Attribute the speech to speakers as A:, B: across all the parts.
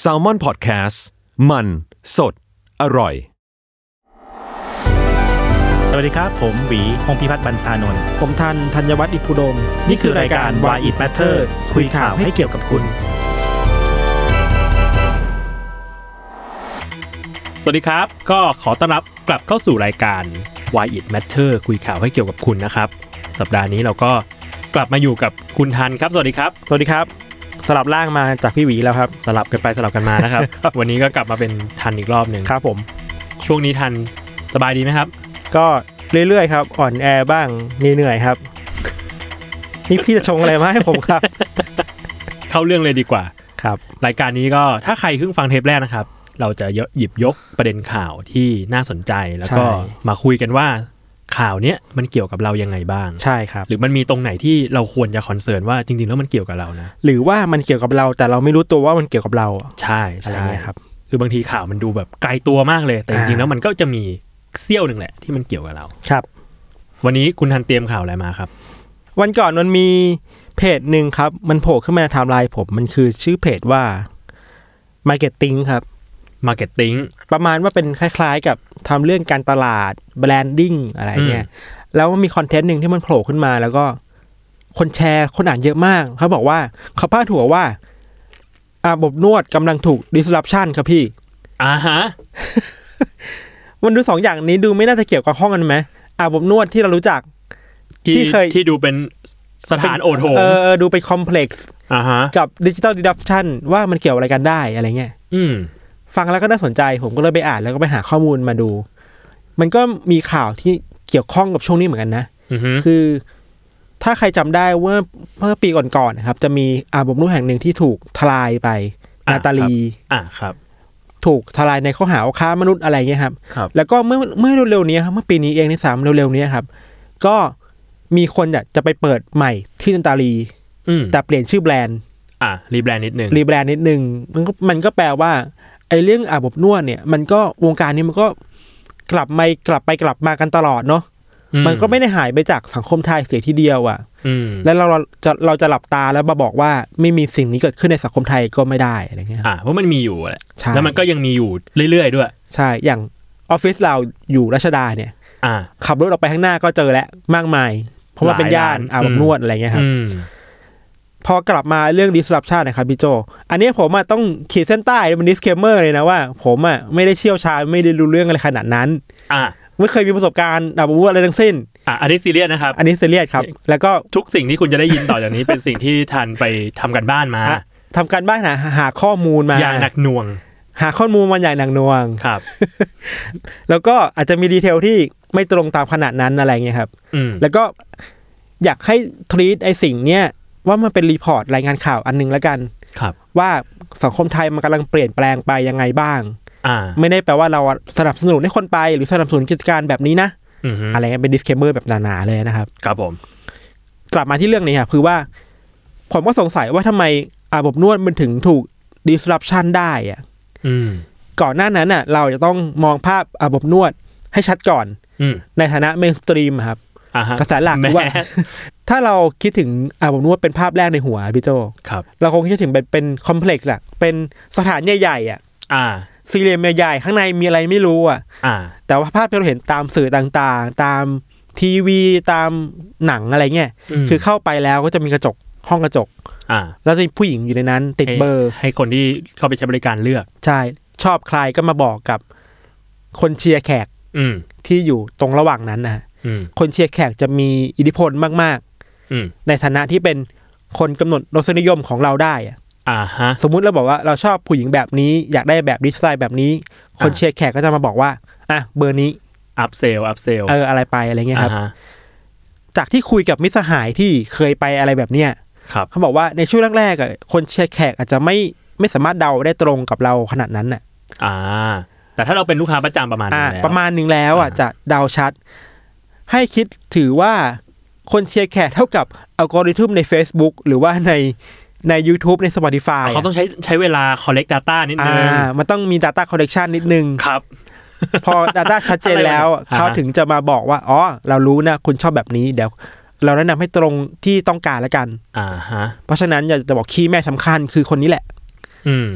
A: แซลมอนพอดแคสต์มันสดอร่อย
B: สวัสดีครับ ผมหวีพงพิพัฒน์บัญชานนท์
C: ผมทันธัญวัฒน์อิพุดม
B: นี่คือรายการ Why It Matter คุยข่าวให้เกี่ยวกับคุณ สวัสดีครับ ก็ขอต้อนรับกลับเข้าสู่รายการ Why It Matter คุยข่าวให้เกี่ยวกับคุณนะครับ สัปดาห์นี้เราก็กลับมาอยู่กับคุณทันครับ สวัสดีครับ
C: สวัสดีครับ สลับร่างมาจากพี่หวีแล้วครับ
B: สลับกันไปสลับกันมานะครับ วันนี้ก็กลับมาเป็นทันอีกรอบหนึ่ง
C: ครับผม
B: ช่วงนี้ทันสบายดีไหมครับ
C: ก็เรื่อยๆครับ อ่อนแอบ้างเหนื่อยๆครับ นี่พี่จะชงอะไรมาให้ผม ครับ
B: เข้าเรื่องเลยดีกว่า
C: ครับ
B: รายการนี้ก็ถ้าใครเพิ่งฟังเทปแรกนะครับ เราจะหยิบยกประเด็นข่าวที่น่าสนใจแล้วก็
C: ใช่
B: มาคุยกันว่าข่าวเนี้ยมันเกี่ยวกับเรายังไงบ้าง
C: ใช่ครับ
B: หรือมันมีตรงไหนที่เราควรจะคอนเซิร์นว่าจริงๆ แล้วมันเกี่ยวกับเรานะ
C: หรือว่ามันเกี่ยวกับเราแต่เราไม่รู้ตัวว่ามันเกี่ยวกับเราอะ
B: ใช่
C: อะไร
B: ใช่
C: เงี้ยครับ
B: คือบางทีข่าวมันดูแบบไกลตัวมากเลย แต่จ
C: อ่า
B: ริงๆแล้วมันก็จะมีเสี้ยวหนึ่งแหละที่มันเกี่ยวกับเรา
C: ครับ
B: วันนี้คุณทันเตรียมข่าวอะไรมาครับ
C: วันก่อนมันมีเพจหนึ่งครับ มันโผล่ขึ้นมาในไทม์ไลน์ผมมันคือชื่อเพจว่า Marketing ครับ
B: Marketing
C: ประมาณว่าเป็นคล้ายๆ กับทำเรื่องการตลาดแบรนดิ้งอะไรเนี่ย แล้วมันมีคอนเทนต์หนึ่งที่มันโผล่ขึ้นมาแล้วก็คนแชร์คนอ่านเยอะมาก เขาบอกว่าเขาพาดหัวว่าอาบอบนวดกำลังถูก disruption ครับพี่
B: อ่าฮะ
C: มันดูสองอย่างนี้ดูไม่น่าจะเกี่ยวกับห้องกันไหมอาบอบนวดที่เรารู้จัก
B: ที่
C: ที่เคย
B: ที่ดูเป็นสถานโอทโหม
C: เออดูไป complex
B: อ่าฮะ
C: กับ digital disruption ว่ามันเกี่ยวอะไรกันได้อะไรเงี้ย
B: อืม
C: ฟังแล้วก็น่าสนใจผมก็เลยไปอ่านแล้วก็ไปหาข้อมูลมาดู มันก็มีข่าวที่เกี่ยวข้องกับช่วงนี้เหมือนกันนะ
B: อือฮึ
C: คือถ้าใครจำได้ว่าเมื่อปีก่อนๆนะครับ จะมีอาบอบนวดแห่งหนึ่งที่ถูกทลายไป นาตาลี
B: อ่าครับ
C: ถูกทลายในข้อหาว่าค้ามนุษย์อะไรเงี้ยครับ
B: ครับ
C: แล้วก็เมื่อเมื่อเร็วๆนี้ครับเมื่อปีนี้เองในสามเร็วๆนี้ครับ ก็มีคนอยากจะไปเปิดใหม่ที่นาตาลี
B: อืม
C: แต่เปลี่ยนชื่อแบรนด์
B: อ่ะ รีแบรนด์นิดนึง
C: รีแบรนด์นิดนึงมันก็มันก็แปลว่าไอ้เรื่องอาบอบนวดเนี่ย มันก็วงการนี้มันก็กลับมากลับไปกลับมากันตลอดเนาะ
B: อื
C: มันก็ไม่ได้หายไปจากสังคมไทยเสียทีเดียวอ่ะ
B: อืม
C: แล้วเราจะเราจะหลับตาแล้วมาบอกว่าไม่มีสิ่งนี้เกิดขึ้นในสังคมไทยก็ไม่ได้อะไรเงี้ยครับ
B: อ่ะเพราะมันมีอยู่แหละ
C: ใช่
B: แล้วมันก็ยังมีอยู่เรื่อยๆด้วย
C: ใช่อย่างออฟฟิศเราอยู่รัชดาเนี่ย
B: อ่ะ
C: ขับรถออกไปข้างหน้าก็เจอแล้วมากมาย เพราะว่าเป็น
B: หลาย
C: ย่าน
B: ร้าน
C: อาบ
B: อืม
C: อบนวดอะไรเงี้ยครับ
B: อืม
C: พอกลับมาเรื่อง disruption นะครับพี่โจ อันนี้ผมอะต้องขีดเส้นใต้เป็น disclaimer เลยนะว่า ผมอะไม่ได้เชี่ยวชาญไม่ได้รู้เรื่องอะไรขนาดนั้น
B: อ่ะ
C: ไม่เคยมีประสบการณ์อาบอบนวดอะไรทั้งสิ้น
B: อ่ะอันนี้ซีเรียสนะครับ
C: อันนี้เซเรียสครับ แล้วก็
B: ทุกสิ่งที่คุณจะได้ยินต่อจากนี้ เป็นสิ่งที่ทันไปทำกันบ้านมา
C: อ่ะทำการบ้านหาหาข้อมูลมา
B: อย่างหนักหน่วง
C: หาข้อมูลมาอย่างหนักหน่วง
B: ครับ
C: แล้วก็อาจจะมีดีเทลที่ไม่ตรงตามขนาดนั้นอะไรเงี้ยครับ
B: อืม
C: แล้วก็อยากให้ทรีตไอสิ่งเนี้ยว่ามันเป็นรีพอร์ตรายงานข่าวอันหนึงแล้วกัน
B: ครับ
C: ว่าสังคมไทยมันกำลังเปลี่ยนแปลงไปยังไงบ้าง
B: อ่า
C: ไม่ได้แปลว่าเราสนับสนุนให้คนไป หรือสนับสนุนกิจการแบบนี้นะ
B: อืมฮึ
C: อะไรเงี้ยเป็น disclaimer แบบหนาๆเลยนะครับ
B: ครับผม
C: กลับมาที่เรื่องนี้ครับคือว่า ผมก็สงสัยว่าทำไมอาบอบนวดมันถึงถูก disruption ได้อะ
B: อืม
C: ก่อนหน้านั้นน่ะ เราจะต้องมองภาพอาบอบนวดให้ชัดก่อน
B: อืม
C: ในฐานะ mainstream อะครับ
B: อ่ะฮะ
C: กระแสหลัก
B: แม
C: ว่า
B: ส
C: ถ้าเราคิดถึงอาบอบนวดเป็นภาพแรกในหัวพี่โจ
B: ครับ
C: เราคงคิดถึงเป็นเป็น complex อะเป็นสถานใหญ่ๆอะ
B: อ่า
C: สี่เหลี่ยมใหญ่ๆข้างในมีอะไรไม่รู้อะ
B: อ่า
C: แต่ว่าภาพที่เราเห็นตามสื่อต่างๆ ตามทีวีตามหนังอะไรเงี้ย
B: ม
C: คือเข้าไปแล้วก็จะมีกระจกห้องกระจก
B: อ่า
C: แล้วจะมีผู้หญิงอยู่ในนั้น ติด
B: ให้
C: เบอร์
B: ให้คนที่เข้าไปใช้บริการเลือก
C: ใช่ ชอบใครก็มาบอกกับ คนเชียร์แขก
B: อืม
C: ที่อยู่ตรงระหว่างนั้นนะฮะ
B: อืม
C: คนเชียร์แขกจะมีอิทธิพลมาก
B: อืม
C: ๆ ในฐานะที่เป็นคนกำหนดรสนิยมของเราได้อะ
B: อ่าฮะ
C: สมมุติเราบอกว่าเราชอบผู้หญิงแบบนี้ อยากได้แบบดีไซน์แบบนี้ คน
B: อ่า
C: เชียร์แขกก็จะมาบอกว่าอ่ะเบอร์นี้
B: อัพเซลอัพเซล
C: เอออะไรไปอะไรเงี้ยครับ
B: ฮะ
C: จากที่คุยกับมิตรสหายที่เคยไปอะไรแบบเนี้ย
B: ครับ
C: เขาบอกว่าในช่วงแรกๆอ่ะคนเชียร์แขกอาจจะไม่ไม่สามารถเดาได้ตรงกับเราขนาดนั้นน่ะ
B: อ่า แต่ถ้าเราเป็นลูกค้าประจำประมาณ
C: อ่า
B: นี้แล้ว
C: ประมาณหนึ่งแล้วอ่ะ
B: อ่า
C: จะเดาชัด ให้คิดถือว่าคนเชียร์แขกเท่ากับอัลกอริทึมใน Facebook หรือว่าในใน YouTube ใน Spotify
B: อ่ะเขาต้องใช้ใช้เวลา collect data นิดนึ
C: อ่างมันต้องมี Data Collection นิดนึง
B: ครับ
C: พอ Data ชัดเจน แล้วอ่ะ
B: อ่าฮะ
C: เขาถึงจะมาบอกว่าอ๋อเรารู้นะคุณชอบแบบนี้เดี๋ยว เราแนะนำให้ตรงที่ต้องการละกัน
B: อ่าฮะ
C: เพราะฉะนั้นอยากจะบอกคีย์แม่สำคัญคือคนนี้แหละ
B: อืม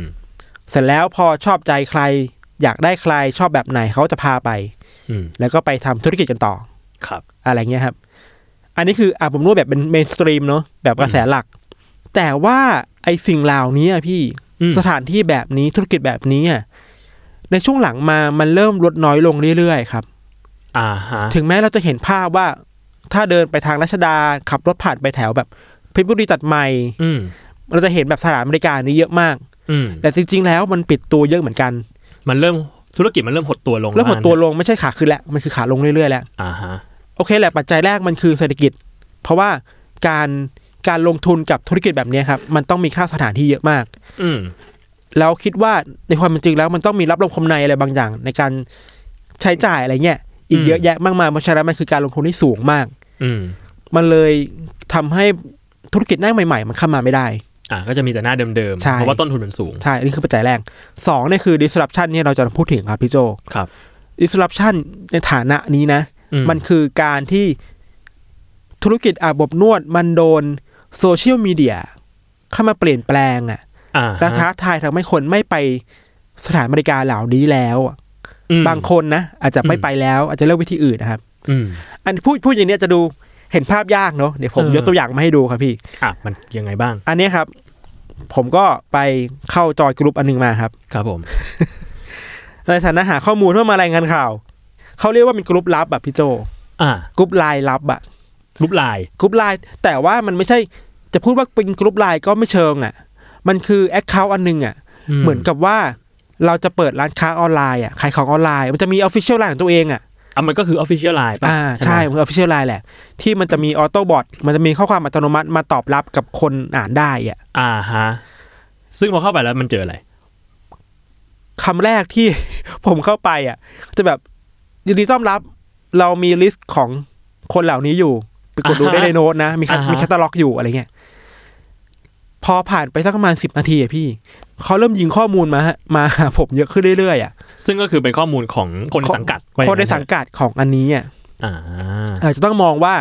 C: เสร็จแล้วพอชอบใจใคร อยากได้ใครชอบแบบไหนเขาจะพาไป
B: อืม
C: แล้วก็ไปทำธุรกิจกันต่อ
B: ครับ
C: อะไรเงี้ยครับ อันนี้คืออ่ะผมรู้แบบเป็นเมนสตรีมเนาะแบบกระแสหลัก แต่ว่าไอสิ่งเหล่านี้อะพี่
B: อืม
C: สถานที่แบบนี้ธุรกิจแบบนี้อะในช่วงหลังมามันเริ่มลดน้อยลงเรื่อยๆครับ
B: อ่าฮะ
C: ถึงแม้เราจะเห็นภาพว่าถ้าเดินไปทางรัชดาขับรถผ่านไปแถวแบบเพชรบุรีตัดใหม่
B: อืม
C: เราจะเห็นแบบสถานบริการนี้เยอะมาก
B: อืม
C: แต่จริง ๆ แล้วมันปิดตัวเยอะเหมือนกัน
B: มันเริ่มธุรกิจมันเริ่มหดตัวลง
C: แล้วหดตัว
B: นะ
C: ลงไม่ใช่ขาขึ้นแล้วมันคือขาลงเรื่อยๆแล้ว
B: อ่าฮะ
C: โอเคแหละปัจจัยแรกมันคือเศรษฐกิจ เพราะว่าการการลงทุนกับธุรกิจแบบเนี้ยครับ มันต้องมีค่าสถานที่เยอะมาก
B: อืม
C: แล้วคิดว่าในความเป็นจริงแล้วมันต้องมีรับลมคมในอะไรบางอย่าง ในการใช้จ่ายอะไรเงี้ยอีกเยอะแยะมากมายเพราะฉะนั้นมันคือการลงทุนที่สูงมาก
B: อืม
C: มันเลยทำให้ธุรกิจหน้าใหม่ ๆ มันเข้ามาไม่ได้
B: อ่าก็จะมีแต่หน้าเดิมๆ
C: ใช่
B: เพราะว่าต้นทุนมันสูง
C: ใช่อันนี่คือปัจจัยแรกสองเนี่ยคือ disruption เนี่ยเราจะพูดถึงครับพี่โจ
B: ครับ
C: disruption ในฐานะนี้นะ
B: อื
C: มันคือการที่ธุรกิจอาบอบนวด มันโดนโซเชียลมีเดียเข้ามาเปลี่ยนแปลงอะ
B: อ่าฮ
C: และท้าทายทำให้คนไม่ไปสถานบริการเหล่านี้แล้วอะ
B: อืม
C: บางคนนะอาจจะไม่
B: อืม
C: ไปแล้วอาจจะเลือกวิธีอื่นนะครับ
B: อืม
C: อันพูดพูดอย่างเนี้ยจะดูเห็นภาพยากเนาะเดี๋ยวผม
B: เออ
C: ยกตัวอย่างมาให้ดูครับพี่
B: อ่ะมันยังไงบ้าง
C: อันเนี้ยครับ ผมก็ไปเข้าจอยกลุ่มอันหนึงมาครับ
B: ครับผม
C: ในฐานะหาข้อมูลเพื่อมารายงานข่าวเขาเรียกว่าเป็นกลุ่มลับอะพี่โจ
B: อ่าก
C: ลุ่มไลน์ลับอะ
B: รูปลาย
C: กรุ๊ปไลน์แต่ว่ามันไม่ใช่จะพูดว่าเป็นกรุ๊ปไลน์ก็ไม่เชิงอ่ะ มันคือแอคเคาท์อันหนึงอ่ะ เหมือนกับว่าเราจะเปิดร้านค้าออนไลน์อ่ะขายของออนไลน์ มันจะมีออฟฟิเชียลไลน์ของตัวเองอ่ะ
B: อ่ะมันก็คือ Official Line ป่ะ
C: อ่าใช่
B: ไหม
C: มันออฟฟิเชียลไลน์แหละ ที่มันจะมีออโต้บอทมันจะมีข้อความอัตโนมัติมาตอบรับกับคนอ่านได้อ่ะ
B: อ่าฮะ ซึ่งพอเข้าไปแล้วมันเจออะไร
C: คำแรกที่ ผมเข้าไปอ่ะ จะแบบยินดีต้อนรับ เรามีลิสต์ของคนเหล่านี้อยู่ไปกดดูได้ในโน้ตนะ มีคัท
B: อ่าฮะ
C: มีแคตตาล็อกอยู่อะไรเงี้ยพอผ่านไปสักประมาณสิบนาทีอะพี่เขาเริ่มยิงข้อมูลมาฮะมาหาผมเยอะขึ้นเรื่อยๆอ่ะ
B: ซึ่งก็คือเป็นข้อมูลของคนในสังกัดว่าอ
C: ค
B: ย่าน
C: ในสังกัดของอันนี้อ่ะ
B: อ่า
C: อาจจะต้องมองว่า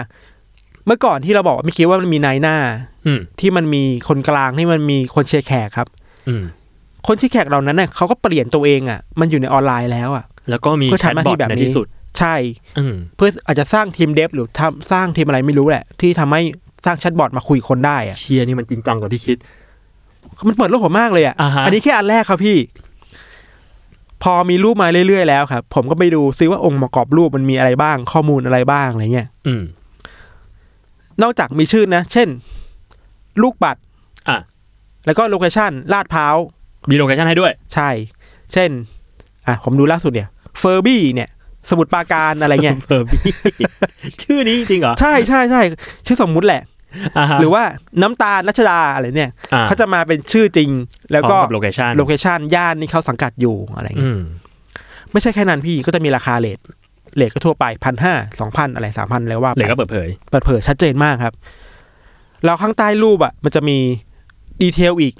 C: เมื่อก่อนที่เราบอกว่าไม่คิดว่ามันมีนายหน้า
B: อืม
C: ที่มันมีคนกลางที่มันมีคนเชียร์แขกครับ
B: อืม
C: คนเชียร์แขกเหล่านั้นเน่ะเขาก็เปลี่ยนตัวเองอ่ะ มันอยู่ในออนไลน์แล้วอ่ะ
B: แล้วก็มี
C: เพื่อ
B: แชท
C: ทำห
B: บ
C: น้าที่
B: อท
C: แบบ
B: ใน
C: นี้
B: ที่สุด
C: ใช่
B: อืม
C: เพื่ออาจจะสร้างทีมเดฟหรือทำสร้างทีมอะไรไม่รู้แหละ ที่ทำให้สร้างแชทบอทมาคุยคนได้อะ
B: เชียร์นี่มันจริงจังกว่าที่คิด
C: มันเปิดโลกผมมากเลยอะ
B: อ่าฮะ
C: อันนี้แค่อันแรกครับพี่ พอมีรูปมาเรื่อยๆแล้วครับ ผมก็ไปดูซิว่าองค์ประกอบรูปมันมีอะไรบ้าง ข้อมูลอะไรบ้างอะไรเงี้ย
B: อืม
C: นอกจากมีชื่อนะ เช่น ลูกบัตร
B: อ่ะ
C: แล้วก็โลเคชั่นลาดพร้าว
B: มีโลเคชั่นให้ด้วย
C: ใช่ เช่น อ่ะผมดูล่าสุดเนี่ยเฟอร์บี้เนี่ย สมุดปราการอะไรเงี้ ย
B: เฟอร์บี้ ชื่อนี้จริงเหรอ
C: ใช่ใช่ใช่ชื่อสมมุติแหละ
B: อ่าฮะ
C: หรือว่าน้ำตาลรัชดาอะไรเนี่ย
B: อ่
C: เขาจะมาเป็นชื่อจริง แล้ว
B: พ
C: ก็
B: ร้อมบโลเคชั่น
C: โลเคชันย่านนี่เขาสังกัดอยู่อะไรเงี้ย
B: อืม
C: ไม่ใช่แค่นั้นพี่ก็จะมีราคาเลทเลทก็ทั่วไปพันห้าสองพันอะไรสามพันแล้วว่า
B: เหลื
C: ไป
B: อก็เปิดเผย
C: เปิดเผยชัดเจนมากครับ แล้วข้างใต้รูปอ่ะ มันจะมีดีเทลอีก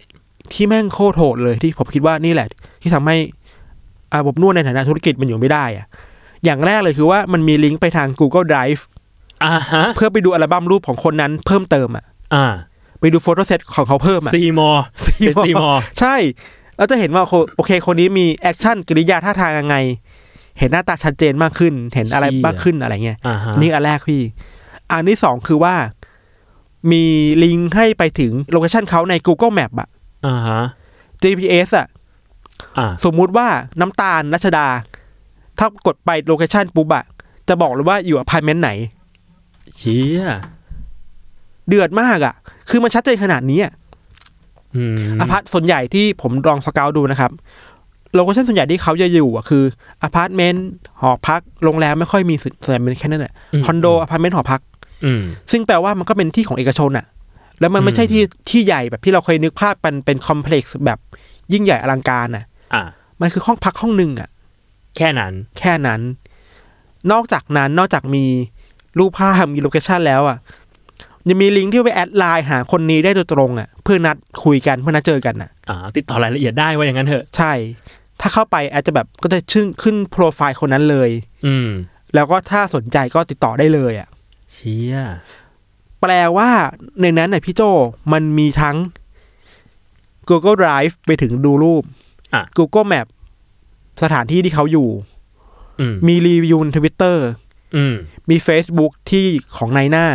C: ที่แม่งโคตรโหดเลยที่ผมคิดว่านี่แหละ ที่ทำให้อาบบนวดในฐานะธุรกิจมันอยู่ไม่ได้อ่ะ อย่างแรกเลยคือว่ามันมีลิงก์ไปทาง Google Drive
B: อ่าฮะ
C: เพื่อไปดูอัลบั้มรูปของคนนั้นเพิ่มเติมอ่ะ
B: อ่า
C: ไปดูโฟโต้เซตของเขาเพิ่มอ่ะ
B: ซีมอร์เป็นซีมอร์
C: ใช่ เราจะเห็นว่าโอเคโอเค คนนี้มีแอคชั่นกริยาท่าทางยังไง เห็นหน้าตาชัดเจนมากขึ้น เห็นอะไรมากขึ้นอะไรเงี้ย
B: อ่าฮะ
C: นี่อันแรกพี่ อันที่สองคือว่า มีลิงก์ให้ไปถึงโลเคชันเขาใน Google Map อะ
B: อ่าฮะ
C: GPS อะ
B: อ่า
C: สมมุติว่าน้ำตาลรัชดา ถ้ากดไปโลเคชันปุ๊บอะจะบอกเลยว่าอยู่อพาร์ตเมนต์ไหน
B: เชีย
C: เดือดมากอะคือมันชัดเจนขนาดนี้อะ
B: อืม
C: อพาร์ตส่วนใหญ่ที่ผมลองสเกาต์ดูนะครับโลเคชั่นส่วนใหญ่ที่เขาจะอยู่อะคืออพาร์ตเมนต์หอพักโรงแรมไม่ค่อยมีส่วนส่วนใหญ่เป็นแค่นั้นแหละ
B: ม
C: คอนโดอพาร์ตเมนต์หอพัก
B: อืม
C: ซึ่งแปลว่ามันก็เป็นที่ของเอกชนอะแล้วมัน
B: อื
C: ไม่
B: ม
C: ใช่ที่ที่ใหญ่แบบที่เราเคยนึกภาพมันเป็นคอมเพล็กซ์แบบยิ่งใหญ่อลังการอะ
B: อ่า
C: มันคือห้องพักห้องหนึ่งอะ
B: แค่นั้น
C: แค่นั้น นอกจากนั้นนอกจากมีรูปภาพมีโลเคชันแล้วอะยังมีลิงก์ที่ไปแอดไลน์หาคนนี้ได้โดยตรงอะเพื่อนัดคุยกันเพื่อนัดเจอกันอะ
B: อ่า ติดต่อรายละเอียดได้ว่าอย่างนั้นเถอะ
C: ใช่ ถ้าเข้าไปอาจจะแบบก็จะชื่นขึ้นโปรไฟล์คนนั้นเลย
B: อืม
C: แล้วก็ถ้าสนใจก็ติดต่อได้เลยอ่ะ
B: เชีย
C: แปลว่าในนั้นน่ะพี่โจมันมีทั้ง Google Drive ไปถึงดูรูป
B: อ่ะ
C: Google Map สถานที่ที่เขาอยู่
B: อืม
C: มีรีวิวทวิตเตอร์
B: อืม
C: มี Facebook ที่ของนายหน้า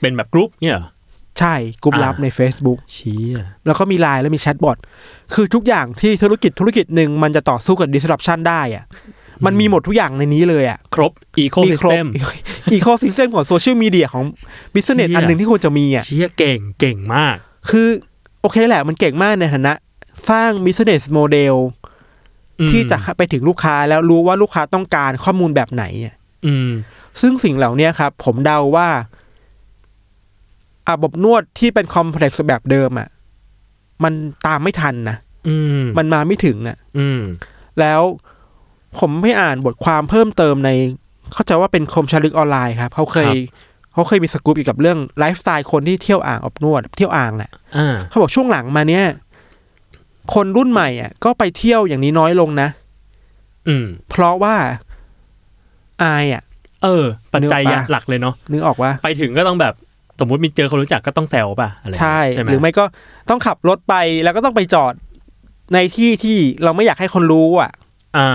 B: เป็นแบบกรุ๊ปเนี่ยเหรอ
C: ใช่กลุ่ม
B: อ่า
C: ลับใน Facebook
B: เชี้
C: แล้วก็มีไลน์แล้วมีแชทบอทคือทุกอย่างที่ธุรกิจธุรกิจหนึ่งมันจะต่อสู้กับ disruption ได้อะมันมีหมดทุกอย่างในนี้เลยอะ
B: ครบอีโค
C: มี
B: ซิส
C: ครบ
B: เต็ ม
C: อีโคซิสเต็มของโซเชียลมีเดียของ business
B: เชี่ย
C: อันหนึ่งที่ควรจะมีอะ
B: เชี้ยเก่งเก่งมาก
C: คือโอเคแหละมันเก่งมากในฐานะ สร้าง business model
B: อืม
C: ที่จะไปถึงลูกค้าแล้วรู้ว่าลูกค้าต้องการข้อมูลแบบไหนอะ
B: อืม
C: ซึ่งสิ่งเหล่านี้ครับ ผมเดาว่าอาบอบนวดที่เป็นคอมเพล็กซ์แบบเดิมอะ่ะ มันตามไม่ทันนะ
B: อืม
C: มันมาไม่ถึงน่ะ
B: อืม
C: แล้วผมไม่อ่านบทความเพิ่มเติมใน เข้าใจว่าเป็นคมชาลึกออนไลน์ครับ เขาเคย
B: ครับ
C: เขาเคยมีสกู๊ปเกี่ยวกับเรื่องไลฟ์สไตล์คนที่เที่ยวอ่างอบนวด เที่ยวอ่างแหละ
B: อ่า
C: เขาบอกช่วงหลังมาเนี้ยคนรุ่นใหม่อ่ะ ก็ไปเที่ยวอย่างนี้น้อยลงนะ
B: อืม
C: เพราะว่าอายอ่ะ
B: เออ ปัจจัย
C: นึกออกปะ
B: หลักเลยเนาะ
C: นึกออกว่า
B: ไปถึงก็ต้องแบบสมมติมีเจอคนรู้จักก็ต้องแซวป่ะอะไร
C: ใช่
B: ใช่ไหม
C: หรือไม่ก็ต้องขับรถไปแล้วก็ต้องไปจอดในที่ที่เราไม่อยากให้คนรู้อ่ะ
B: อ่า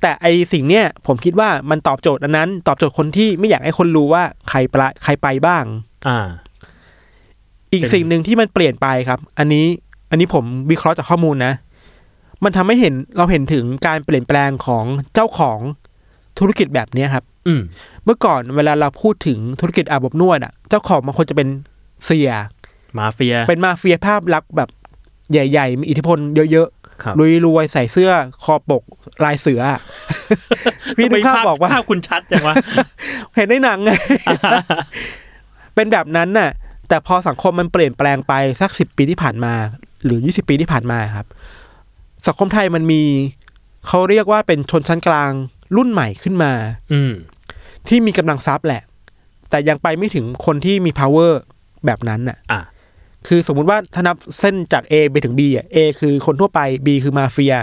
C: แต่ไอสิ่งเนี้ยผมคิดว่ามันตอบโจทย์อันนั้น ตอบโจทย์คนที่ไม่อยากให้คนรู้ว่าใครไปใครไปบ้าง
B: อ่า
C: อีก
B: เป็น
C: สิ่งหนึ่งที่มันเปลี่ยนไปครับ อันนี้อันนี้ผมวิเคราะห์จากข้อมูลนะ มันทำให้เห็นเราเห็นถึงการเปลี่ยนแปลงของเจ้าของธุรกิจแบบเนี้ยครับ
B: อืม
C: เมื่อก่อนเวลาเราพูดถึงธุรกิจอาบอบนวดอ่ะ เจ้าของมันควรจะเป็นเสีย
B: มาเฟีย
C: เป็นมาเฟียภาพลักษณ์แบบใหญ่ ๆ มีอิทธิพลเยอะ
B: ครับ
C: ๆรวยรวยๆใส่เสื้อคอปกลายเสืออะ พี่นึกภาพ
B: ทำไม
C: บอกว่า
B: ภาพคุณชัดจัง วะ
C: เห็นในหนังไง เป็นแบบนั้นน่ะ แต่พอสังคมมันเปลี่ยนแปลงไปสักสิบปีที่ผ่านมา หรือยี่สิบปีที่ผ่านมาครับ สังคมไทยมันมีเขาเรียกว่าเป็นชนชั้นกลางรุ่นใหม่ขึ้นมา
B: อืม
C: ที่มีกำลังทรัพย์แหละ แต่ยังไปไม่ถึงคนที่มี power แบบนั้นน่ะ
B: อ่ะ
C: คือสมมุติว่าถ้านับเส้นจาก A ไปถึง B อ่ะ A คือคนทั่วไป B คือมาเฟีย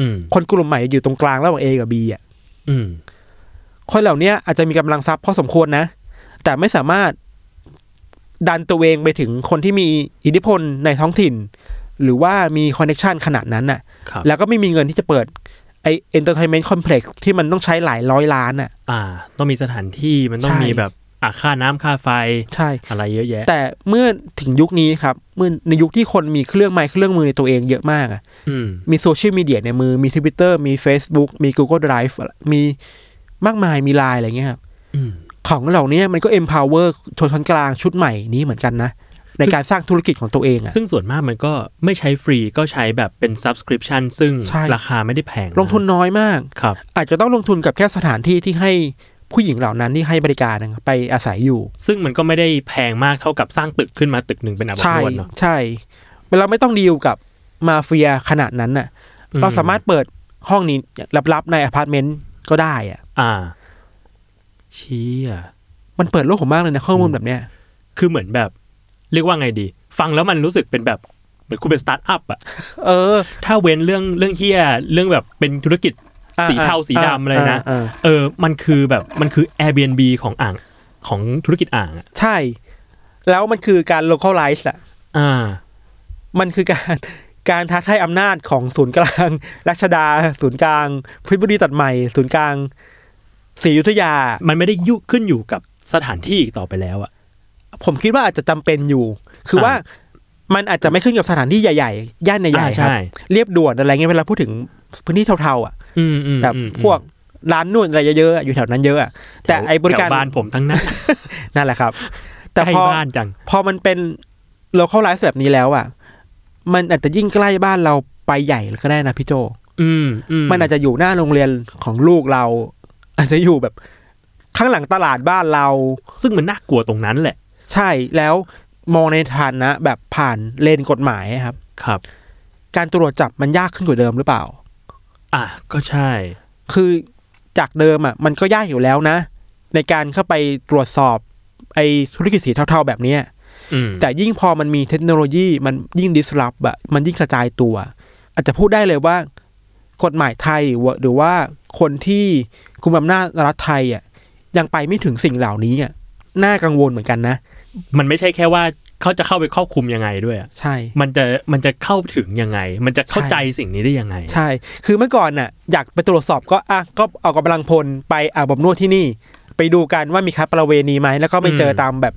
B: อืม
C: คนกลุ่มใหม่อยู่ตรงกลางระหว่าง A กับ B อ่ะ
B: อืม
C: คนเหล่าเนี้ยอาจจะมีกำลังทรัพย์พอสมควรนะ แต่ไม่สามารถดันตัวเองไปถึงคนที่มีอิทธิพลในท้องถิ่น หรือว่ามีคอนเน t ชันขนาดนั้นน่ะ
B: ครับ
C: แล้วก็ไม่มีเงินที่จะเปิดไอเอนเตอร์เทนเมนต์คอมเพล็กซ์ที่มันต้องใช้หลายร้อยล้านน่ะ
B: อ่า ต้องมีสถานที่มันต้อง
C: ใช่
B: มีแบบอ่าค่าน้ำค่าไฟ
C: ใช่
B: อะไรเยอะแยะ
C: แต่เมื่อถึงยุคนี้ครับเมื่อในยุคที่คนมีเครื่องไม้เครื่องมือในตัวเองเยอะมากอะ
B: อืม
C: มีโซเชียลมีเดียในมือมีทวิตเตอร์มี Facebook มี Google Drive มีมากมายมีไลน์อะไรเงี้ยครับ
B: อืม
C: ของเหล่านี้มันก็ empower ชนชั้นกลางชุดใหม่นี้เหมือนกันนะ ในการสร้างธุรกิจของตัวเองอะ
B: ซึ่งส่วนมากมันก็ไม่ใช้ฟรีก็ใช้แบบเป็น subscription ซึ่ง
C: ใช่
B: ราคาไม่ได้แพงะ
C: ลงทุนน้อยมาก
B: ครับ
C: อาจจะต้องลงทุนกับแค่สถานที่ที่ให้ผู้หญิงเหล่านั้นที่ให้บริการนะครับไปอาศัยอยู่
B: ซึ่งมันก็ไม่ได้แพงมากเท่ากับสร้างตึกขึ้นมาตึกหนึ่งเป็นอาบอบ
C: ใช่
B: นวดเนาะ
C: ใช่เราไม่ต้องดีลกับมาเฟียขนาดนั้นน่ะ
B: อื
C: เราสามารถเปิดห้องนี้ลับๆในอพาร์ตเมนต์ก็ได้อะ
B: อ่า เชี่ย
C: มันเปิดโลกผมมากเลยนะข้อมูลแบบเนี้ย
B: คือเหมือนแบบ เรียกว่าไงดี ฟังแล้วมันรู้สึกเป็นแบบเหมือนคุณเป็นสตาร์ทอัพอะ
C: เออ
B: ถ้าเว้นเรื่องเรื่องเฮียเรื่องแบบเป็นธุรกิจ
C: อ่า
B: สีเทาสี
C: อ่าา
B: ดำอะไรนะ
C: าา
B: เออ มันคือแบบมันคือ Airbnb ของอ่างของธุรกิจอ่างอะ
C: ใช่ แล้วมันคือการ localize อะ
B: อ่า
C: มันคือการ การท้าทายอำนาจของศูนย์กลาง รัชดา ศูนย์กลางเพิบุรีตัดใหม่ ศูนย์กลางศรีอยุธยา
B: มันไม่ได้ยุขึ้นอยู่กับสถานที่อีกต่อไปแล้วอะ
C: ผมคิดว่าอาจจะจำเป็นอยู่ คือ
B: อ่า
C: ว่ามันอาจจะไม่ขึ้นกับสถานที่ใหญ่ๆ ย่านใหญ่
B: อ่า
C: ๆครับ เรียบด่วนอะไรเงี้ยเวลาพูดถึงพื้นที่เทาๆอ่ะ
B: อืมอืม
C: แบบ
B: อืม
C: พวกร้านนวดอะไรเยอะๆอะอยู่แถวนั้นเยอะอะแต่ไอ้บริการ
B: แถวบ้านผมทั้งนั้น
C: นั่นแหละครับ
B: แต่
C: แต่พอ
B: บ้านจัง
C: พอมันเป็นเราเข้าไลฟ์แบบนี้แล้วอ่ะ มันอาจจะยิ่งใกล้บ้านเราไปใหญ่ก็ได้นะพี่โจ
B: อืมอืม
C: มันอาจจะอยู่หน้าโรงเรียนของลูกเรา อาจจะอยู่แบบข้างหลังตลาดบ้านเรา
B: ซึ่งมันน่ากลัวตรงนั้นแหละ
C: ใช่แล้วมองในฐานะแบบผ่านเลนกฎหมายครับ
B: ครับ
C: การตรวจจับมันยากขึ้นกว่าเดิมหรือเปล่า
B: อ่ะก็ใช่
C: คือจากเดิมอ่ะ มันก็ยากอยู่แล้วนะ ในการเข้าไปตรวจสอบไอ้ธุรกิจสีเทาๆแบบเนี้ย
B: อืม
C: แต่ยิ่งพอมันมีเทคโนโลยีมันยิ่งดิสรับอะมันยิ่งกระจายตัว อาจจะพูดได้เลยว่ากฎหมายไทยหรือว่าหรือว่าคนที่คุมอำนาจรัฐไทยอะยังไปไม่ถึงสิ่งเหล่านี้อะน่ากังวลเหมือนกันนะ
B: มันไม่ใช่แค่ว่า เขาจะเข้าไปครอบคลุมยังไงด้วยอะ
C: ใช่
B: มันจะมันจะเข้าถึงยังไง มันจะเข้าใจสิ่งนี้ได้ยังไง
C: ใช่ คือเมื่อก่อนน่ะอยากไปตรวจสอบก็อ่ะก็เอากำลังพลไปอาบอบนวดที่นี่ ไปดูกันว่ามีค้าประเวณีไหมแล้วก็ไปเจออ
B: ม
C: ตามแบบ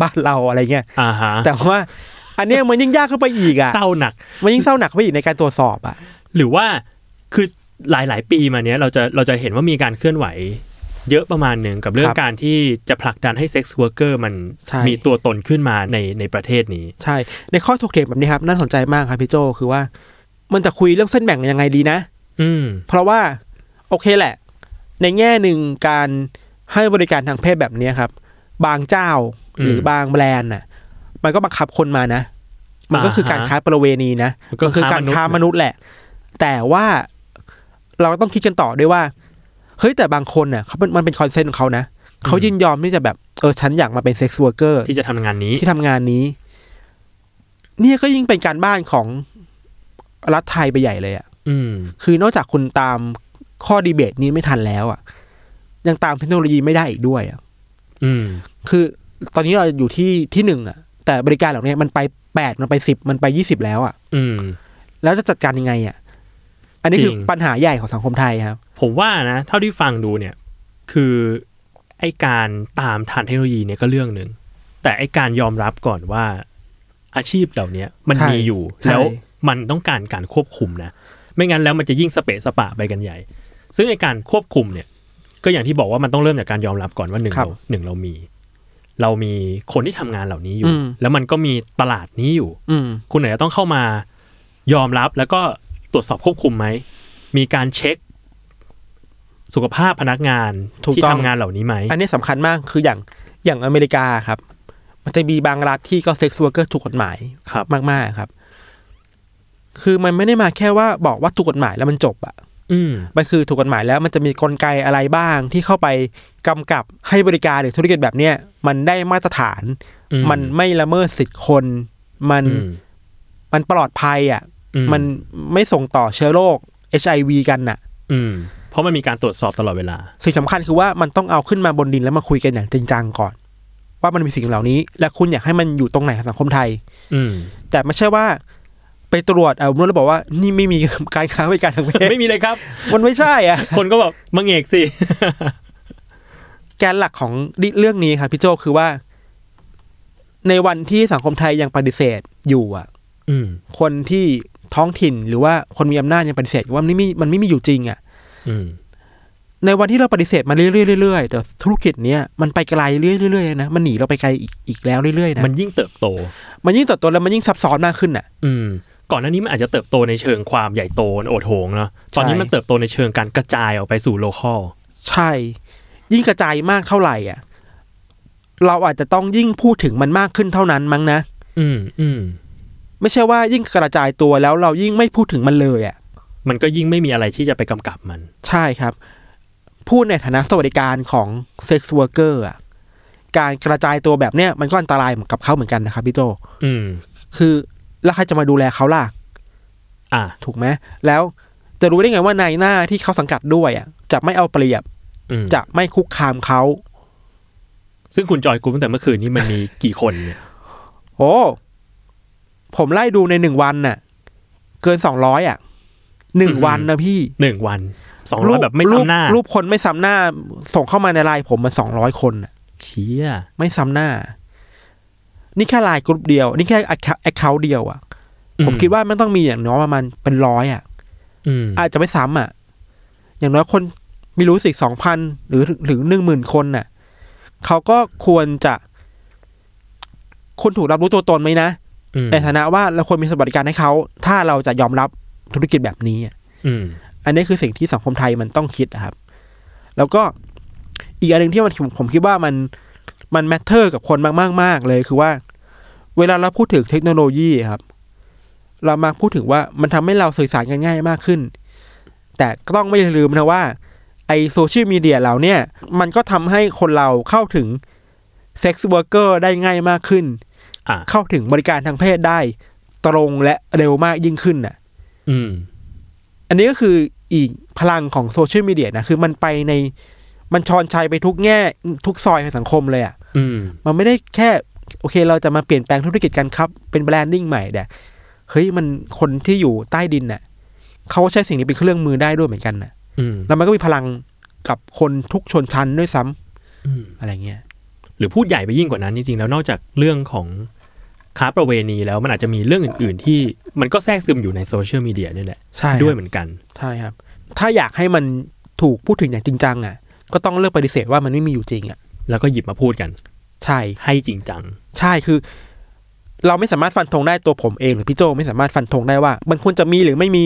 C: บ้านเราอะไรเงี้ย
B: อ่าฮะ
C: แต่ว่า อันเนี้ยมันยิ่งยากเข้าไปอีกอ่ะ
B: เศร้าหนัก
C: มันยิ่งเศร้าหนักเข้าไปอีกในการตรวจสอบอ่ะ
B: หรือว่าคือหลาย ๆ ปีมาเนี้ยเราจะเราจะเห็นว่ามีการเคลื่อนไหว เยอะประมาณหนึ่งกับเรื่อ
C: ค
B: ง
C: รับ
B: การที่จะผลักดันให้เซ็กซ์เวิร์กเกอร์มัน
C: ใช่
B: มีตัวตนขึ้นมาในในประเทศนี้
C: ใช่ ในข้อถกเถียงแบบนี้ครับ น่าสนใจมากครับพี่โจคือว่า มันจะคุยเรื่องเส้นแบ่งยังไงดีนะ
B: อืม
C: เพราะว่าโอเคแหละ ในแง่หนึ่งการให้บริการทางเพศแบบเนี้ยครับ บางเจ้า
B: อืม
C: หรือบางแบรนด์น่ะ มันก็บังคับคนมานะ มันก็คือการ
B: อ่าฮะ
C: ค้าประเวณีนะ
B: มันก็
C: มันคือการค้า
B: ค้าม มนุ
C: นุษ
B: ษย์
C: ย์แหละ แต่ว่าเราต้องคิดกันต่อด้วยว่าเฮ้ยแต่บางคนน่ะเขามันมันเป็นคอนเซนต์ของเขานะเขายินยอมที่จะแบบเออฉันอยากมาเป็นเซ็กซ์วอร์เกอร์
B: ที่จะทำงานนี้
C: ที่ทำงานนี้ เนี่ยก็ยิ่งเป็นการบ้านของรัฐไทยไปใหญ่เลยอะ
B: อืม
C: คือนอกจากคุณตามข้อดีเบตนี้ไม่ทันแล้วอ่ะ ยังตามเทคโนโลยีไม่ได้อีกด้วยอ่ะ
B: อืม
C: คือตอนนี้เราอยู่ที่ที่หนึ่งอ่ะ แต่บริการเหล่านี้มันไปแปดมันไปสิบมันไปยี่สิบแล้วอ่ะ
B: อืม
C: แล้วจะจัดการยังไงอ่ะ อันนี้คือ
B: จริง
C: ปัญหาใหญ่ของสังคมไทยครับ
B: ผมว่านะ เท่าที่ฟังดูเนี่ย คือไอการตามทันเทคโนโลยีเนี่ยก็เรื่องหนึ่ง แต่ไอการยอมรับก่อนว่าอาชีพเหล่าเนี้ยมัน
C: ใช่
B: มีอยู่
C: ใช่
B: แล้วมันต้องการการควบคุมนะ ไม่งั้นแล้วมันจะยิ่งสเปะสปะไปกันใหญ่ ซึ่งไอการควบคุมเนี่ย ก็อย่างที่บอกว่ามันต้องเริ่มจากการยอมรับก่อนว่าหนึ่ง
C: ครับ
B: เราหนึ่งเรามี เรามีคนที่ทำงานเหล่านี้อยู่
C: อืม
B: แล้วมันก็มีตลาดนี้อยู่
C: อืม
B: คุณไหนจะต้องเข้ามายอมรับแล้วก็ตรวจสอบควบคุมไหม มีการเช็ค สุขภาพพนักงาน
C: ถูก
B: ที่
C: ต้อง
B: ทำงานเหล่านี้ไหม
C: อันนี้สำคัญมากคืออย่างอย่างอเมริกาครับ มันจะมีบางรัฐที่ก็เซ็กซ์วอร์เกอร์ถูกกฎหมาย
B: ครับ
C: มากๆครับ คือมันไม่ได้มาแค่ว่าบอกว่าถูกกฎหมายแล้วมันจบอ่ะ
B: อืม
C: มันคือถูกกฎหมายแล้วมันจะมีกลไกอะไรบ้างที่เข้าไปกำกับให้บริการหรือธุรกิจแบบเนี้ยมันได้มาตรฐาน
B: อืม
C: มันไม่ละเมิดสิทธิ์คน มัน
B: อืม
C: มันปลอดภัยอ่ะ
B: อื
C: มันไม่ส่งต่อเชื้อโรค HIV กันน่ะ
B: อืม เพราะมันมีการตรวจสอบตลอดเวลา
C: สิ่งสำคัญคือว่ามันต้องเอาขึ้นมาบนดินแล้วมาคุยกันอย่างจริงจังก่อน ว่ามันมีสิ่งเหล่านี้ และคุณอยากให้มันอยู่ตรงไหนของสังคมไทย
B: อืม
C: แต่ไม่ใช่ว่า ไปตรวจเอารู้แล้วบอกว่า นี่ไม่มีการค้าบริการทางเพศ
B: ไม่มีเลยครับ
C: มันไม่ใช่อ่ะ
B: คนก็แบบมังเอก สิ
C: แกนหลักของเรื่องนี้ครับพี่โจคือว่า ในวันที่สังคมไทยยังปฏิเสธอยู่อ่ะ
B: อืม
C: คนที่ท้องถิ่นหรือว่าคนมีอำนาจยังปฏิเสธว่ามันไม่มีมันไม่มีอยู่จริงอ่ะ
B: อืม
C: ในวันที่เราปฏิเสธมาเรื่อยๆเรื่อยๆแต่ธุรกิจเนี้ยมันไปไกลเรื่อยๆเรื่อยๆนะมันหนีเราไปไกลอีกอีกแล้วเรื่อยๆนะ
B: มันยิ่งเติบโต
C: มันยิ่งเติบโตแล้วมันยิ่งซับซ้อนมากขึ้นอ่ะ
B: อืม ก่อนหน้านี้มันอาจจะเติบโตในเชิงความใหญ่โตโอดโหงเนาะตอนนี้
C: ใช่
B: มันเติบโตในเชิงการกระจายออกไปสู่โลคอล
C: ใช่ ยิ่งกระจายมากเท่าไหร่อ่ะ เราอาจจะต้องยิ่งพูดถึงมันมากขึ้นเท่านั้นมั้งนะ
B: อืม อืม
C: ไม่ใช่ว่ายิ่งกระจายตัวแล้วเรายิ่งไม่พูดถึงมันเลยอ่ะ
B: มันก็ยิ่งไม่มีอะไรที่จะไปกำกับมัน
C: ใช่ครับ พูดในฐานะสวัสดิการของเซ็กซ์วอร์เกอร์อ่ะการกระจายตัวแบบเนี้ยมันก็อันตรายเหมือนกับเขาเหมือนกันนะครับพี่โต
B: อืม
C: คือแล้วใครจะมาดูแลเขาล่ะ
B: อ่ะ
C: ถูกไหมแล้วจะรู้ได้ไงว่านายหน้าที่เขาสังกัดด้วยอ่ะจะไม่เอาเปรียบ
B: อืม
C: จะไม่คุกคามเขา
B: ซึ่งคุณจอยกรุ๊ปตั้งแต่เมื่อคืนนี้มันมีกี่คน เนี่ย
C: โอ้ผมไล่ดูในหนึ่งวันน่ะ เกินสองร้อยอ่ะหนึ่งวันนะพี่
B: หนึ่งวันสองร้อยแบบไม่
C: รูป
B: ซ้ำหน้า
C: รูปคนไม่ซ้ำหน้า ส่งเข้ามาในไลน์ผมมันสองร้อยคนน่ะ
B: เชี่ย
C: ไม่ซ้ำหน้า นี่แค่ไลน์กลุ่มเดียว นี่แค่แอคเคาท์เดียวอะ่ะ ผมคิดว่ามันต้องมีอย่างน้อยประมาณเป็นร้อยอะ่ะ
B: อืม
C: อาจจะไม่ซ้ำอะ่ะ อย่างน้อยคนมีรู้สิสองพันหรือถึงหนึ่งหมื่นคนน่ะ เขาก็ควรจะคุณถูกรับรู้ตัวตนไหมนะ
B: อืม
C: ในฐานะว่าเราควรมีสวัสดิการให้เขา ถ้าเราจะยอมรับธุรกิจแบบนี้อะ
B: อืม
C: อันนี้คือสิ่งที่สังคมไทยมันต้องคิดนะครับ แล้วก็อีกอันหนึ่งที่มันผมคิดว่ามัน มันแมทเทอร์กับคนมากๆมากเลยคือว่า เวลาเราพูดถึงเทคโนโลยีครับ เรามาพูดถึงว่ามันทำให้เราสื่อสารกันง่ายมากขึ้น แต่ก็ต้องไม่ลืมนะว่า ไอโซเชียลมีเดียเราเนี่ย มันก็ทำให้คนเราเข้าถึงเซ็กซ์เวิร์เกอร์ได้ง่ายมากขึ้น
B: อ่ะ
C: เข้าถึงบริการทางเพศได้ตรงและเร็วมากยิ่งขึ้นน่ะ
B: อืม
C: อันนี้ก็คืออีกพลังของโซเชียลมีเดียนะคือมันไปในมันชอนชัยไปทุกแง่ทุกซอยของสังคมเลยอ่ะ
B: อืม
C: มันไม่ได้แค่ โอเค เราจะมาเปลี่ยนแปลงธุรกิจกันครับ เป็นแบรนดิ้งใหม่แต่เฮ้ยมันคนที่อยู่ใต้ดินน่ะเขาใช้สิ่งนี้เป็นเครื่องมือได้ด้วยเหมือนกันน่ะ
B: อืม
C: แล้วมันก็มีพลังกับคนทุกชนชั้นด้วยซ้ำ
B: อืม
C: อะไรเงี้ย
B: หรือพูดใหญ่ไปยิ่งกว่านั้นจริงๆแล้วนอกจากเรื่องของค้าประเวณีแล้วมันอาจจะมีเรื่องอื่นๆ ที่มันก็แทรกซึมอยู่ในโซเชียลมีเดียนี่แหละ
C: ใช่
B: ด้
C: ด้
B: ว
C: วย ย
B: เหมือนกัน
C: ใช่ครับ ถ้าอยากให้มันถูกพูดถึงอย่างจริงจังอ่ะ ก็ต้องเลิกปฏิเสธว่ามันไม่มีอยู่จริงอ่ะ
B: แล้วก็หยิบมาพูดกัน
C: ใช่
B: ให้จริงจัง
C: ใช่คือ เราไม่สามารถฟันธงได้ตัวผมเอง หรือพี่โจไม่สามารถฟันธงได้ว่า มันควรจะมีหรือไม่มี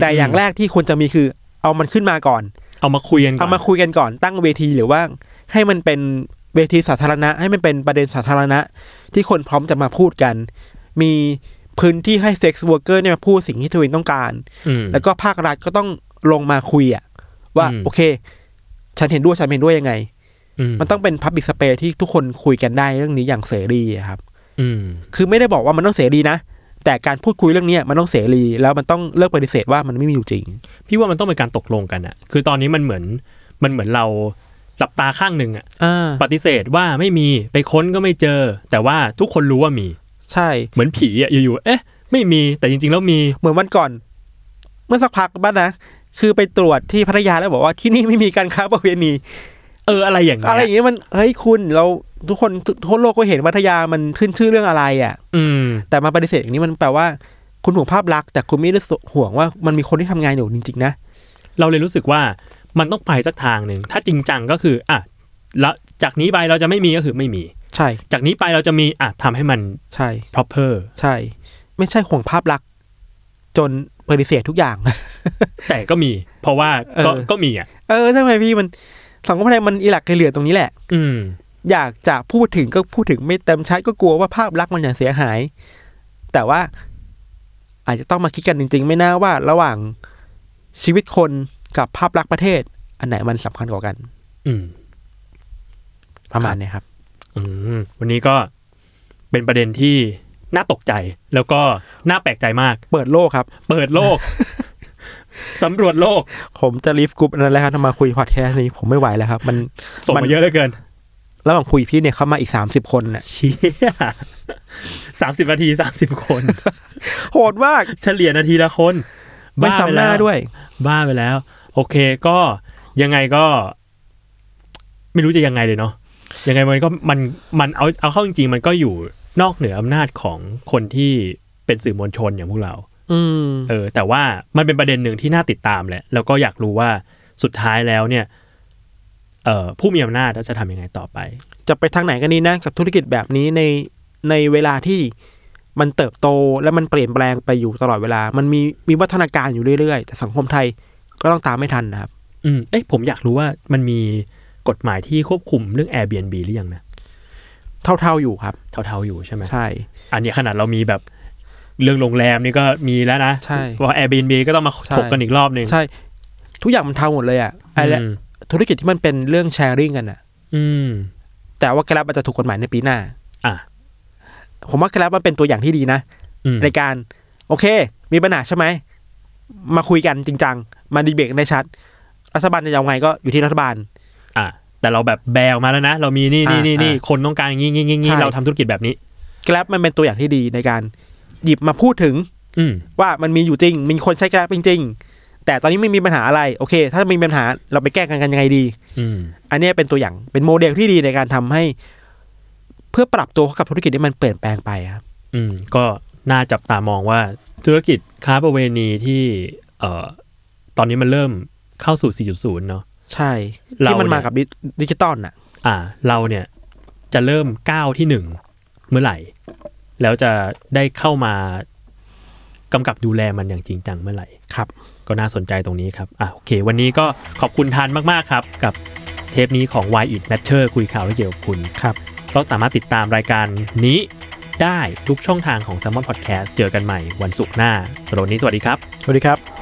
C: แต่อย่างแรกที่ควรจะมีคือ เอามันขึ้นมาก่อน
B: เอามาคุยกันก่
C: เอา
B: น
C: มาคุยกันก่อนตั้งเวทีหรือว่า ให้มันเป็นเวทีสาธารณะ ให้มันเป็นประเด็นสาธารณะ ที่คนพร้อมจะมาพูดกัน มีพื้นที่ให้เซ็กซ์วอร์เกอร์เนี่ยมาพูดสิ่งที่ตัวเองต้องการ
B: อืม
C: แล้วก็ภาครัฐก็ต้องลงมาคุยอะว่า
B: อืม
C: โอเค ฉันเห็นด้วยฉันเห็นด้วยยังไง
B: ม
C: มันต้องเป็นพับบิ s สเป e ที่ทุกคนคุยกันได้เรื่องนี้อย่างเสรีอะครับ
B: อืม
C: คือไม่ได้บอกว่ามันต้องเสรีนะ แต่การพูดคุยเรื่องเนี้ยมันต้องเสรี แล้วมันต้องเลิกปฏิเสธว่ามันไม่มีอยู่จริง
B: พี่ว่ามันต้องเป็นการตกลงกันอะคือตอนนี้มันเหมือนมันเหมือนเราหลับตาข้างหนึ่งอะ
C: อ่า
B: ปฏิเสธว่าไม่มีไปค้นก็ไม่เจอ แต่ว่าทุกคนรู้ว่ามี
C: ใช่
B: เหมือนผีอะอยู่ๆเอ๊ะ ไม่มีแต่จริงๆแล้วมี
C: เหมือนวันก่อน เมื่อสักพักบ้านนะ คือไปตรวจที่พัทยาแล้วบอกว่าที่นี่ไม่มีการค้าประเวณี
B: เอออะไรอย่างเงี้ย
C: อะไรอย่างเงี้ยมันเฮ้ยคุณเราทุกคนทั่วโลกก็เห็นพัทยามันขึ้นชื่อเรื่องอะไรอ่ะ
B: อืม
C: แต่มาปฏิเสธอย่างนี้มันแปลว่าคุณห่วงภาพลักษณ์แต่คุณไม่ได้ห่วงว่ามันมีคนที่ทำงานอยู่จริงๆนะ
B: เราเลยรู้สึกว่ามันต้องไปสักทางหนึ่ง ถ้าจริงจังก็คืออ่ะแล้วจากนี้ไปเราจะไม่มีก็คือไม่มี
C: ใช่
B: จากนี้ไปเราจะมีอ่ะทำให้มัน
C: ใช่
B: proper
C: ใช่ ไม่ใช่ห่วงภาพลักษณ์จนปฏิเสธทุกอย่าง
B: แต่ก็มี เพราะว่าก็
C: เออ
B: ก็มีอ่ะ
C: เออทำไมพี่มันสังคมไทยมันอิหลักไกเหลือตรงนี้แหละ
B: อืม
C: อยากจะพูดถึงก็พูดถึงไม่เต็มชัดก็กลัวว่าภาพลักษณ์มันจะเสียหาย แต่ว่าอาจจะต้องมาคิดกันจริง ๆ ไม่น่าว่าระหว่างชีวิตคนกับภาพลักษณ์ประเทศ อันไหนมันสำคัญกว่ากัน
B: อืม
C: ประมาณเนี้ยครับ
B: อืม วันนี้ก็เป็นประเด็นที่น่าตกใจ แล้วก็น่าแปลกใจมาก
C: เปิดโลกครับ
B: เปิดโล ก สำรวจโลก
C: ผมจะรีฟกรุ๊ปอันนั้นแล้วครับทำมาคุยพอดแคสต์นี้ผมไม่ไหวแล้วครับ มัน
B: ส่งมาเยอะเหลือเกิน
C: ระหว่างคุยพี่เนี่ยเข้ามาอีกสามสิบคนน่ะ
B: เชี่ยสามสิบนาทีสามสิบคน
C: โหดมาก
B: เฉลี่ยนาทีละคน
C: ไม่
B: บ้ไป
C: ซ้ำหน้า
B: แล้
C: ด้วย
B: บ้าไปแล้ว โอเคก็ยังไงก็ ไม่รู้จะยังไงเลยเนาะยังไงมันก็มันมันเอาเอาเข้าจริง ๆ มันก็อยู่นอกเหนืออำนาจของคนที่เป็นสื่อมวลชนอย่างพวกเรา
C: อืม
B: เออ แต่ว่ามันเป็นประเด็นหนึ่งที่น่าติดตามแหละ แล้วก็อยากรู้ว่าสุดท้ายแล้วเนี่ย เอ่อผู้มีอำนาจจะทำยังไงต่อไป
C: จะไปทางไหนกันดีนะกับธุรกิจแบบนี้ในในเวลาที่มันเติบโตและมันเปลี่ยนแปลงไปอยู่ตลอดเวลา มันมีมีวัฒนาการอยู่เรื่อยๆ แต่สังคมไทยก็ต้องตามไม่ทันนะครับ
B: อืมเอ้ยผมอยากรู้ว่ามันมีกฎหมายที่ควบคุมเรื่อง Airbnb หรือยังนะ
C: เท่าๆอยู่ครับ
B: เท่าๆอยู่ใช่ไหม
C: ใช่
B: อันนี้ขนาดเรามีแบบเรื่องโรงแรมนี่ก็มีแล้วนะ
C: ใช่
B: ว่า Airbnb ก็ต้องมา
C: ใช่
B: ถกกันอีกรอบหนึ่ง
C: ใช่ ทุกอย่างมันเท่าหมดเลยอะไอ้แหละ
B: ม
C: ธุรกิจที่มันเป็นเรื่องแชร์ริงกันอะ
B: อืม
C: แต่ว่าแกร็บอาจจะถูกกฎหมายในปีหน้า
B: อ่ะ
C: ผมว่าแกร็บมันเป็นตัวอย่างที่ดีนะ
B: อืม
C: ในการ โอเค มีปัญหาใช่ไหม มาคุยกันจริงจังมาดีเบตกันได้ชัดรัฐบาลจะยังไงก็อยู่ที่รัฐบาล
B: อ่ะแต่เราแบบแบลมาแล้วนะ เรามีนี่นี่
C: อ่ะ
B: นี่นี่
C: อ่ะ
B: คนต้องการอย่างงี้งี้งี้
C: ใช่
B: งี้เราทำธุรกิจแบบนี้
C: แกร็บมันเป็นตัวอย่างที่ดีในการ หยิบมาพูดถึง
B: อืม
C: ว่ามันมีอยู่จริง มีคนใช้แกร็บจริงๆ แต่ตอนนี้ไม่มีปัญหาอะไร โอเค ถ้ามีปัญหาเราไปแก้กันกันยังไงดี
B: อืม
C: อันเนี้ยเป็นตัวอย่างเป็นโมเดลที่ดีในการทำให้ เพื่อปรับตัวเข้ากับธุรกิจที่มันเปลี่ยนแปลงไปครับ
B: อืม ก็น่าจับตามองว่าธุรกิจค้าประเวณีที่ เอ่อ ตอนนี้มันเริ่มเข้าสู่ 4.0 เนาะ
C: ใช่
B: เรา
C: ที่มันมา
B: เนี่ย
C: กับดิจิตอลน่ะ
B: อ่า เราเนี่ยจะเริ่มก้าวที่หนึ่งเมื่อไหร่ แล้วจะได้เข้ามากำกับดูแลมันอย่างจริงจังเมื่อไหร่
C: ครับ
B: ก็น่าสนใจตรงนี้ครับ อ่ะโอเค วันนี้ก็ขอบคุณทันมาก ๆ ครับ กับเทปนี้ของ Why It Matter คุยข่าวให้เกี่ยวกับคุณ
C: ครับ
B: ก็สามารถติดตามรายการนี้ได้ทุกช่องทางของ s ซ m o n Podcast เจอกันใหม่วันศุกร์หน้าสำหรับวันนี้สวัสดีครับ
C: สวัสดีครับ